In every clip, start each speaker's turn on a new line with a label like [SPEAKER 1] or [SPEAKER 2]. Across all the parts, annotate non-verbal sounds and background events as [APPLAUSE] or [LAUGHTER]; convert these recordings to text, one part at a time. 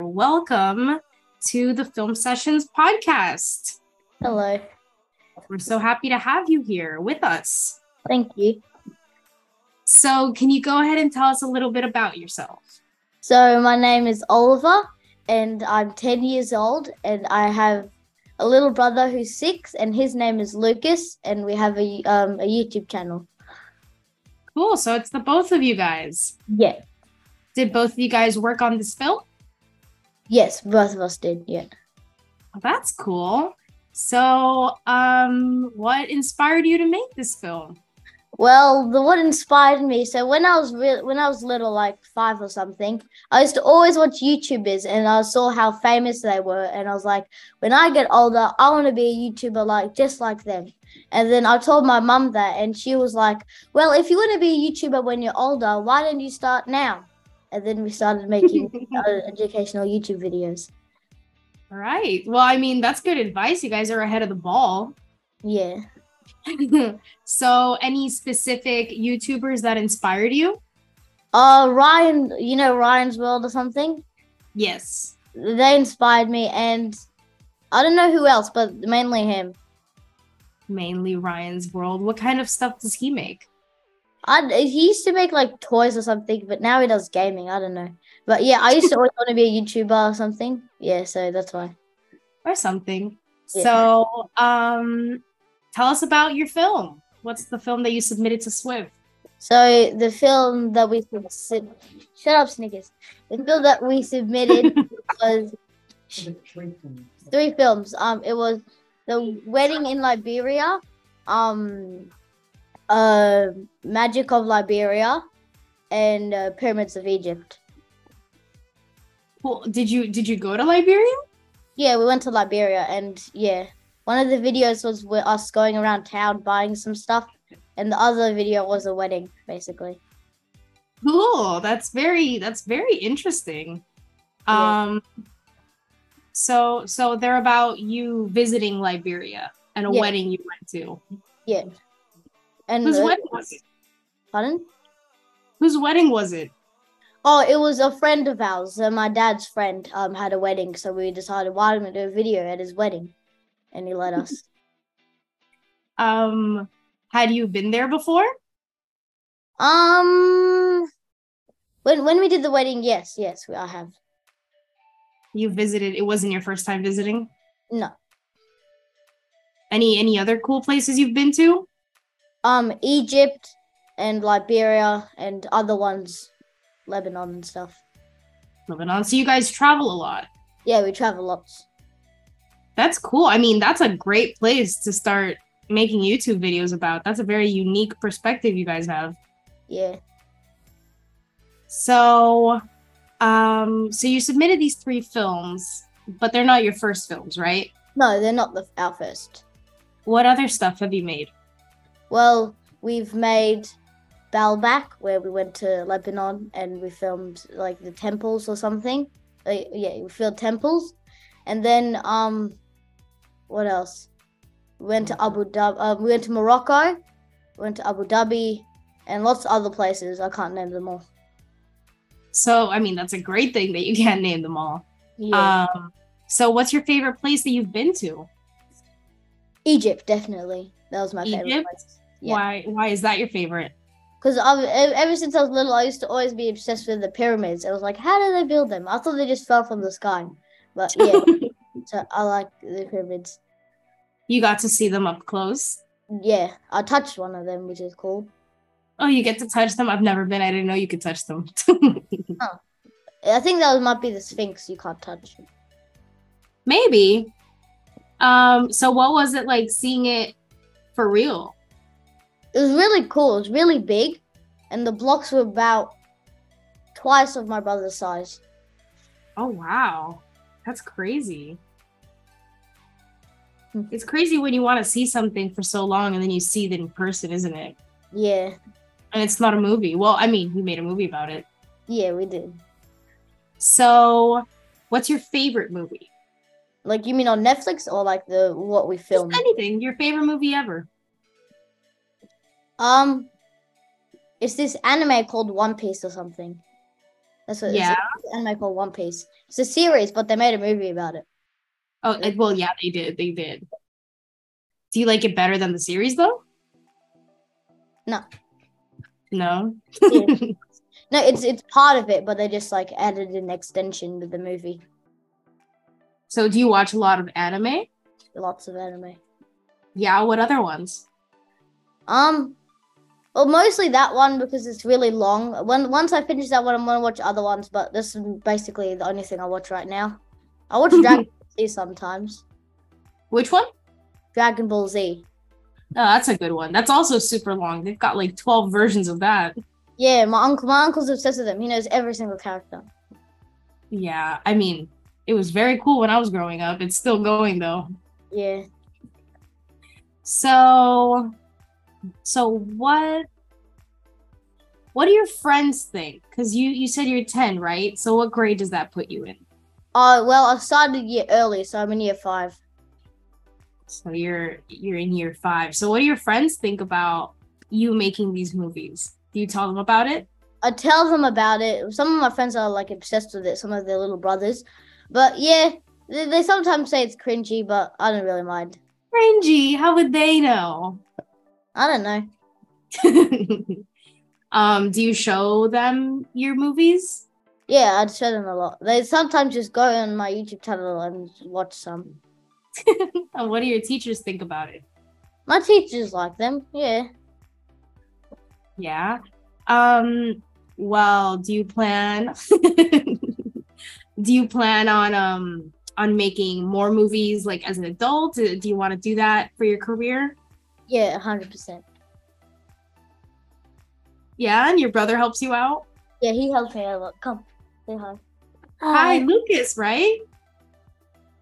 [SPEAKER 1] Welcome to the Film Sessions podcast.
[SPEAKER 2] Hello.
[SPEAKER 1] We're so happy to have you here with us.
[SPEAKER 2] Thank you.
[SPEAKER 1] So, can you go ahead and tell us a little bit about yourself?
[SPEAKER 2] So, my name is Oliver, and I'm 10 years old, and I have a little brother who's six, and his name is Lucas, and we have a, um, a YouTube channel.
[SPEAKER 1] Cool. So, it's the both of you guys.
[SPEAKER 2] Yeah.
[SPEAKER 1] Did both of you guys work on this film?
[SPEAKER 2] Yes, both of us did. Yeah.
[SPEAKER 1] Well, that's cool. So, um, what inspired you to make this film?
[SPEAKER 2] Well, the what inspired me. So when I was real, when I was little, like five or something, I used to always watch YouTubers, and I saw how famous they were, and I was like, when I get older, I want to be a YouTuber like just like them. And then I told my mum that, and she was like, well, if you want to be a YouTuber when you're older, why don't you start now? And then we started making uh, educational YouTube videos.
[SPEAKER 1] [LAUGHS] All right. Well, I mean, that's good advice. You guys are ahead of the ball. [LAUGHS]
[SPEAKER 2] Yeah.
[SPEAKER 1] so, any specific YouTubers that inspired you?
[SPEAKER 2] Uh, Ryan, you know Ryan's World or something.
[SPEAKER 1] Yes.
[SPEAKER 2] They inspired me, and I don't know who else, but mainly him.
[SPEAKER 1] Mainly Ryan's World. What kind of stuff does he make?
[SPEAKER 2] I he used to make like toys or something, but now he does gaming. I don't know. But yeah, I used to always want to be a YouTuber or something. Yeah, so that's why.
[SPEAKER 1] Or something.
[SPEAKER 2] Yeah.
[SPEAKER 1] So, um, tell us about your film. What's the film that you submitted to SWIFT?
[SPEAKER 2] So the film that we sub- sub- shut up, Snickers. The film that we submitted was three films. Um, it was the wedding in Liberia, um, uh, magic of Liberia, and uh, pyramids of Egypt.
[SPEAKER 1] Well, did you did you go to Liberia?
[SPEAKER 2] Yeah, we went to Liberia, and yeah, one of the videos was with us going around town buying some stuff, and the other video was a wedding, basically.
[SPEAKER 1] Cool. That's very that's very interesting.
[SPEAKER 2] Yeah.
[SPEAKER 1] Um so so they're about you visiting Liberia and a
[SPEAKER 2] Yeah. Mm-hmm.
[SPEAKER 1] wedding you went to.
[SPEAKER 2] And
[SPEAKER 1] Whose
[SPEAKER 2] the-
[SPEAKER 1] wedding was it?
[SPEAKER 2] Pardon?
[SPEAKER 1] Whose wedding was it?
[SPEAKER 2] Oh, it was a friend of ours. So my dad's friend um had a wedding, so we decided why don't we do a video at his wedding, and he let us.
[SPEAKER 1] Um had you been there before?
[SPEAKER 2] um, when when we did the wedding, yes, yes, we I have.
[SPEAKER 1] You visited it wasn't your first time visiting?
[SPEAKER 2] No.
[SPEAKER 1] Any any other cool places you've been to?
[SPEAKER 2] Um, Egypt and Liberia and other ones, Lebanon and stuff.
[SPEAKER 1] Moving on. So you guys travel a lot.
[SPEAKER 2] Yeah, we travel lots.
[SPEAKER 1] That's cool. I mean, that's a great place to start making YouTube videos about. That's a very unique perspective you guys have.
[SPEAKER 2] Yeah.
[SPEAKER 1] So, um, so you submitted these three films, but they're not your first films, right?
[SPEAKER 2] No, they're not the, our first.
[SPEAKER 1] What other stuff have you made?
[SPEAKER 2] Well, we've made Baalbek, where we went to Lebanon and we filmed like the temples or something. Like, yeah, we filmed temples, and then um, what else? We went to Abu Dhabi. Uh, we went to Morocco. We went to Abu Dhabi, and lots of other places. I can't name them all.
[SPEAKER 1] So, I mean, that's a great thing that you [LAUGHS] can't name them all.
[SPEAKER 2] Yeah.
[SPEAKER 1] Um, so what's your favorite place that you've been to?
[SPEAKER 2] Egypt, definitely. That was my favorite
[SPEAKER 1] Egypt?
[SPEAKER 2] place. Yeah.
[SPEAKER 1] Why why is that your favorite?
[SPEAKER 2] Because ever since I was little, I used to always be obsessed with the pyramids. I was like, how did they build them? I thought they just fell from the sky. But yeah, so I like the pyramids.
[SPEAKER 1] you got to see them up close.
[SPEAKER 2] Yeah, I touched one of them, which is cool.
[SPEAKER 1] Oh, you get to touch them? I've never been. I didn't know you could touch them. [LAUGHS]
[SPEAKER 2] I think that might be the Sphinx you can't touch.
[SPEAKER 1] Maybe. Um, so what was it like seeing it for real?
[SPEAKER 2] It was really cool. It was really big, and the blocks were about twice of my brother's size.
[SPEAKER 1] Oh wow. That's crazy.
[SPEAKER 2] Hmm.
[SPEAKER 1] It's crazy when you want to see something for so long and then you see it in person, isn't it?
[SPEAKER 2] Yeah,
[SPEAKER 1] And it's not a movie. Well, I mean, you made a movie about it.
[SPEAKER 2] yeah, we did.
[SPEAKER 1] So, what's your favorite movie?
[SPEAKER 2] Like, you mean on Netflix or like the what we
[SPEAKER 1] Just
[SPEAKER 2] filmed?
[SPEAKER 1] anything. Your favorite movie ever.
[SPEAKER 2] Um, it's this anime called One Piece or something. That's what
[SPEAKER 1] Yeah.
[SPEAKER 2] it's an anime called One Piece. It's a series, but they made a movie about it.
[SPEAKER 1] Oh, it- well, yeah, they did. They did. Do you like it better than the series though?
[SPEAKER 2] No.
[SPEAKER 1] No.
[SPEAKER 2] Yeah. no, it's it's part of it, but they just like added an extension to the movie.
[SPEAKER 1] So, do you watch a lot of anime?
[SPEAKER 2] Lots of anime.
[SPEAKER 1] Yeah. What other ones?
[SPEAKER 2] Um, well, mostly that one because it's really long. When once I finish that one, I'm gonna watch other ones. But this is basically the only thing I watch right now. I watch Dragon Ball Z sometimes.
[SPEAKER 1] Which one?
[SPEAKER 2] Dragon Ball Z.
[SPEAKER 1] Oh, that's a good one. That's also super long. They've got like 12 versions of that.
[SPEAKER 2] Yeah, my uncle, my uncle's obsessed with them. He knows every single character.
[SPEAKER 1] Yeah. I mean, it was very cool when I was growing up. It's still going though.
[SPEAKER 2] Yeah.
[SPEAKER 1] So, so what? What do your friends think? Because you you said you're 10, right? So what grade does that put you in?
[SPEAKER 2] Oh well, I started a year early, so I'm in year five.
[SPEAKER 1] So you're you're in year five. So what do your friends think about you making these movies? Do you tell them about it?
[SPEAKER 2] I tell them about it. Some of my friends are like obsessed with it. Some of their little brothers, but yeah, they, they sometimes say it's cringy, but I don't really mind.
[SPEAKER 1] Cringy. How would they know? [LAUGHS]
[SPEAKER 2] I don't know.
[SPEAKER 1] um, do you show them your movies?
[SPEAKER 2] Yeah, I'd show them a lot. They sometimes just go on my YouTube channel and watch some.
[SPEAKER 1] And Uh, what do your teachers think about it?
[SPEAKER 2] My teachers like them. Yeah.
[SPEAKER 1] Yeah. Um, well, do you plan [LAUGHS] do you plan on um on making more movies like as an adult? Uh, Do do you want to do that for your career?
[SPEAKER 2] Yeah, hundred percent.
[SPEAKER 1] Yeah, and your brother helps you out?
[SPEAKER 2] Yeah, he helps me a lot. Come, say hi.
[SPEAKER 1] Hi, Lucas, right?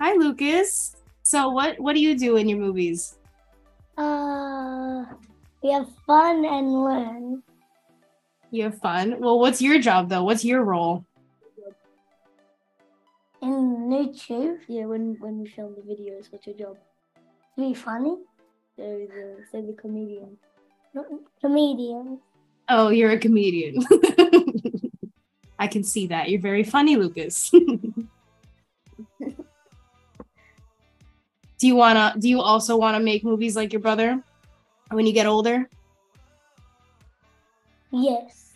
[SPEAKER 1] Hi, Lucas. So what what do you do in your movies?
[SPEAKER 3] Uh, we have fun and learn.
[SPEAKER 1] You have fun. Well, what's your job though? What's your role?
[SPEAKER 3] In YouTube,
[SPEAKER 4] Yeah, when when we film the videos, what's your job?
[SPEAKER 3] be funny.
[SPEAKER 4] So the so the comedian.
[SPEAKER 3] Comedian.
[SPEAKER 1] Oh, you're a comedian. [LAUGHS] I can see that. You're very funny, Lucas. [LAUGHS] do you wanna do you also wanna make movies like your brother when you get older? [LAUGHS]
[SPEAKER 3] Yes.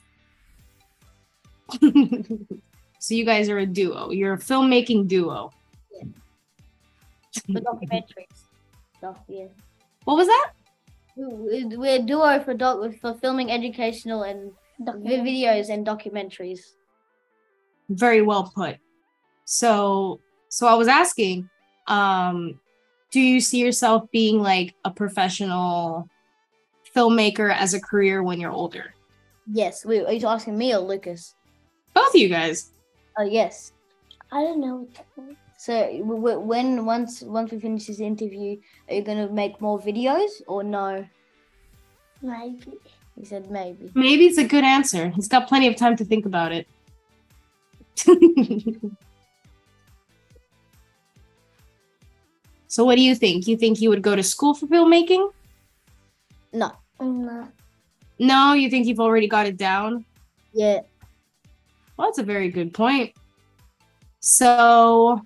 [SPEAKER 1] so you guys are a duo. You're a filmmaking duo.
[SPEAKER 2] For documentaries.
[SPEAKER 4] Stuff, yeah.
[SPEAKER 1] What was that?
[SPEAKER 2] We- we- We're a duo for doc for filming educational and vi-
[SPEAKER 3] Documentary.
[SPEAKER 2] videos and documentaries.
[SPEAKER 1] Very well put. So so I was asking, um, do you see yourself being like a professional filmmaker as a career when you're older?
[SPEAKER 2] Yes. Wait, are you asking me or Lucas?
[SPEAKER 1] both of you guys.
[SPEAKER 2] Oh, yes.
[SPEAKER 3] I don't know what that means.
[SPEAKER 2] So w- w- when once once we finish this interview, are you gonna make more videos or no?
[SPEAKER 3] Maybe.
[SPEAKER 2] He said maybe.
[SPEAKER 1] Maybe it's a good answer. He's got plenty of time to think about it. [LAUGHS] so, what do you think? You think you would go to school for filmmaking?
[SPEAKER 2] No.
[SPEAKER 3] No.
[SPEAKER 1] No, you think you've already got it down?
[SPEAKER 2] Yeah.
[SPEAKER 1] Well, that's a very good point. So,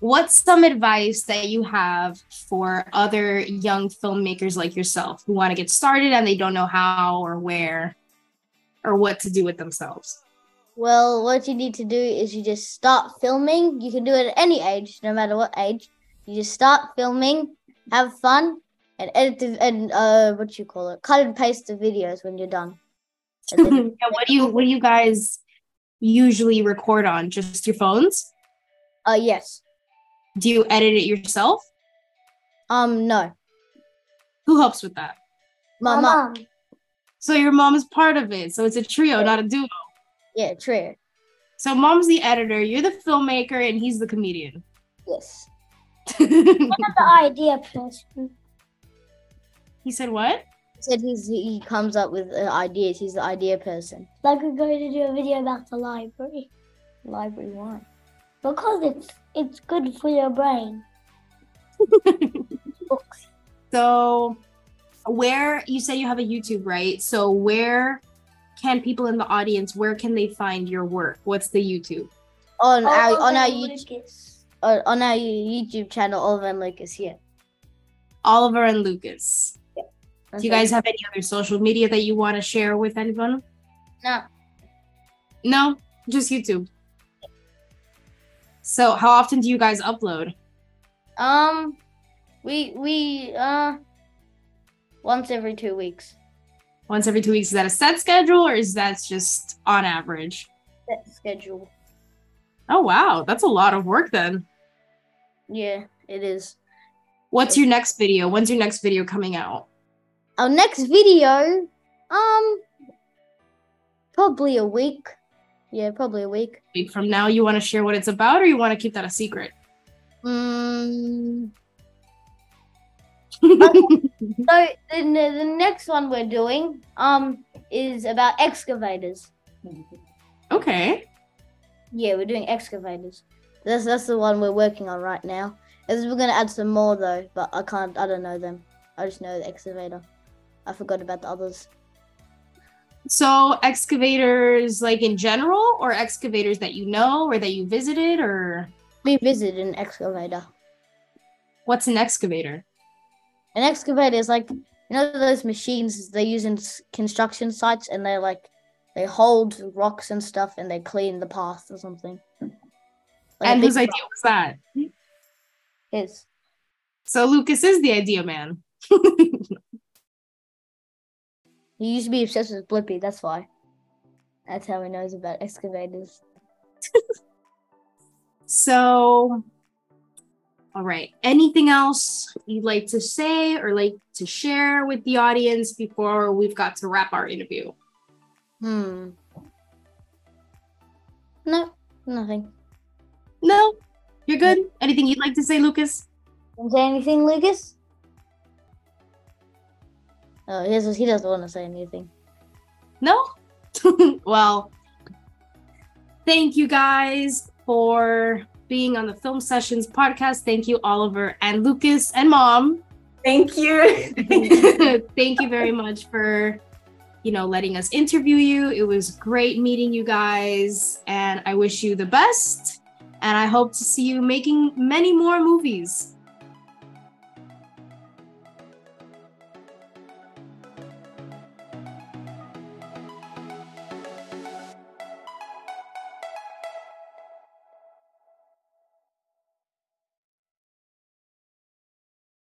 [SPEAKER 1] what's some advice that you have for other young filmmakers like yourself who want to get started and they don't know how or where or what to do with themselves? [LAUGHS]
[SPEAKER 2] Well, what you need to do is you just start filming. You can do it at any age, no matter what age. You just start filming, have fun, and edit the, and uh what you call it, cut and paste the videos when you're done. And
[SPEAKER 1] [LAUGHS]
[SPEAKER 2] then-
[SPEAKER 1] And what do you what do you guys usually record on? Just your phones?
[SPEAKER 2] uh yes.
[SPEAKER 1] Do you edit it yourself?
[SPEAKER 2] Um no.
[SPEAKER 1] Who helps with that?
[SPEAKER 2] My mom.
[SPEAKER 1] So your mom is part of it. So it's a trio, not a duo.
[SPEAKER 2] Yeah, true.
[SPEAKER 1] So mom's the editor, you're the filmmaker, and he's the comedian. [LAUGHS]
[SPEAKER 2] Yes.
[SPEAKER 3] I'm the idea person.
[SPEAKER 1] he said what?
[SPEAKER 2] He said he's he comes up with uh, ideas. He's the idea person.
[SPEAKER 3] Like we're going to do a video about the library.
[SPEAKER 4] Library one.
[SPEAKER 3] Because it's it's good for your brain. Books.
[SPEAKER 1] So where you said you have a YouTube, right? So where can people in the audience where can they find your work? What's the YouTube? Oh,
[SPEAKER 2] on our
[SPEAKER 3] Oliver
[SPEAKER 2] on our
[SPEAKER 3] and
[SPEAKER 2] YouTube,
[SPEAKER 3] Lucas.
[SPEAKER 2] on on our YouTube channel, Oliver and Lucas. Yeah.
[SPEAKER 1] Oliver and Lucas. Do
[SPEAKER 4] Okay.
[SPEAKER 1] you guys have any other social media that you want to share with anyone?
[SPEAKER 2] No.
[SPEAKER 1] No, just YouTube. So, how often do you guys upload?
[SPEAKER 2] Um, we we uh once every two weeks.
[SPEAKER 1] Once every two weeks? Is that a set schedule or is that just on average?
[SPEAKER 2] That schedule.
[SPEAKER 1] Oh, wow. That's a lot of work then.
[SPEAKER 2] Yeah, it is.
[SPEAKER 1] What's your next video? When's your next video coming out?
[SPEAKER 2] Our next video, um, probably a week. Yeah, probably a week.
[SPEAKER 1] Week from now, you want to share what it's about or you want to keep that a
[SPEAKER 2] [LAUGHS]
[SPEAKER 1] secret?
[SPEAKER 2] Mm. So the, ne- the next one we're doing um is about excavators.
[SPEAKER 1] okay.
[SPEAKER 2] Yeah, we're doing excavators. That's that's the one we're working on right now. Is we're gonna add some more though, but I can't. I don't know them. I just know the excavator. I forgot about the others.
[SPEAKER 1] So, excavators like in general or excavators that you know or that you visited or
[SPEAKER 2] We visited an excavator.
[SPEAKER 1] what's an excavator?
[SPEAKER 2] An excavator is like you know those machines they use in s- construction sites, and they like they hold rocks and stuff, and they clean the path or something. Like a
[SPEAKER 1] and
[SPEAKER 2] big
[SPEAKER 1] whose idea was that?
[SPEAKER 2] his.
[SPEAKER 1] So, Lucas is the idea man.
[SPEAKER 2] He used to be obsessed with Blippi, that's why. That's how he knows about excavators.
[SPEAKER 1] So, all right. Anything else you'd like to say or like to share with the audience before we've got to wrap our interview?
[SPEAKER 2] Hmm. No, nothing.
[SPEAKER 1] No, you're good. Anything you'd like to say, Lucas?
[SPEAKER 2] Don't say anything, Lucas? Oh, he doesn't, he doesn't want to say anything.
[SPEAKER 1] No? [LAUGHS] well, thank you guys for being on the Film Sessions podcast. Thank you, Oliver and Lucas and mom.
[SPEAKER 5] Thank you.
[SPEAKER 1] [LAUGHS] thank you very much for, you know, letting us interview you. It was great meeting you guys, and I wish you the best. And I hope to see you making many more movies.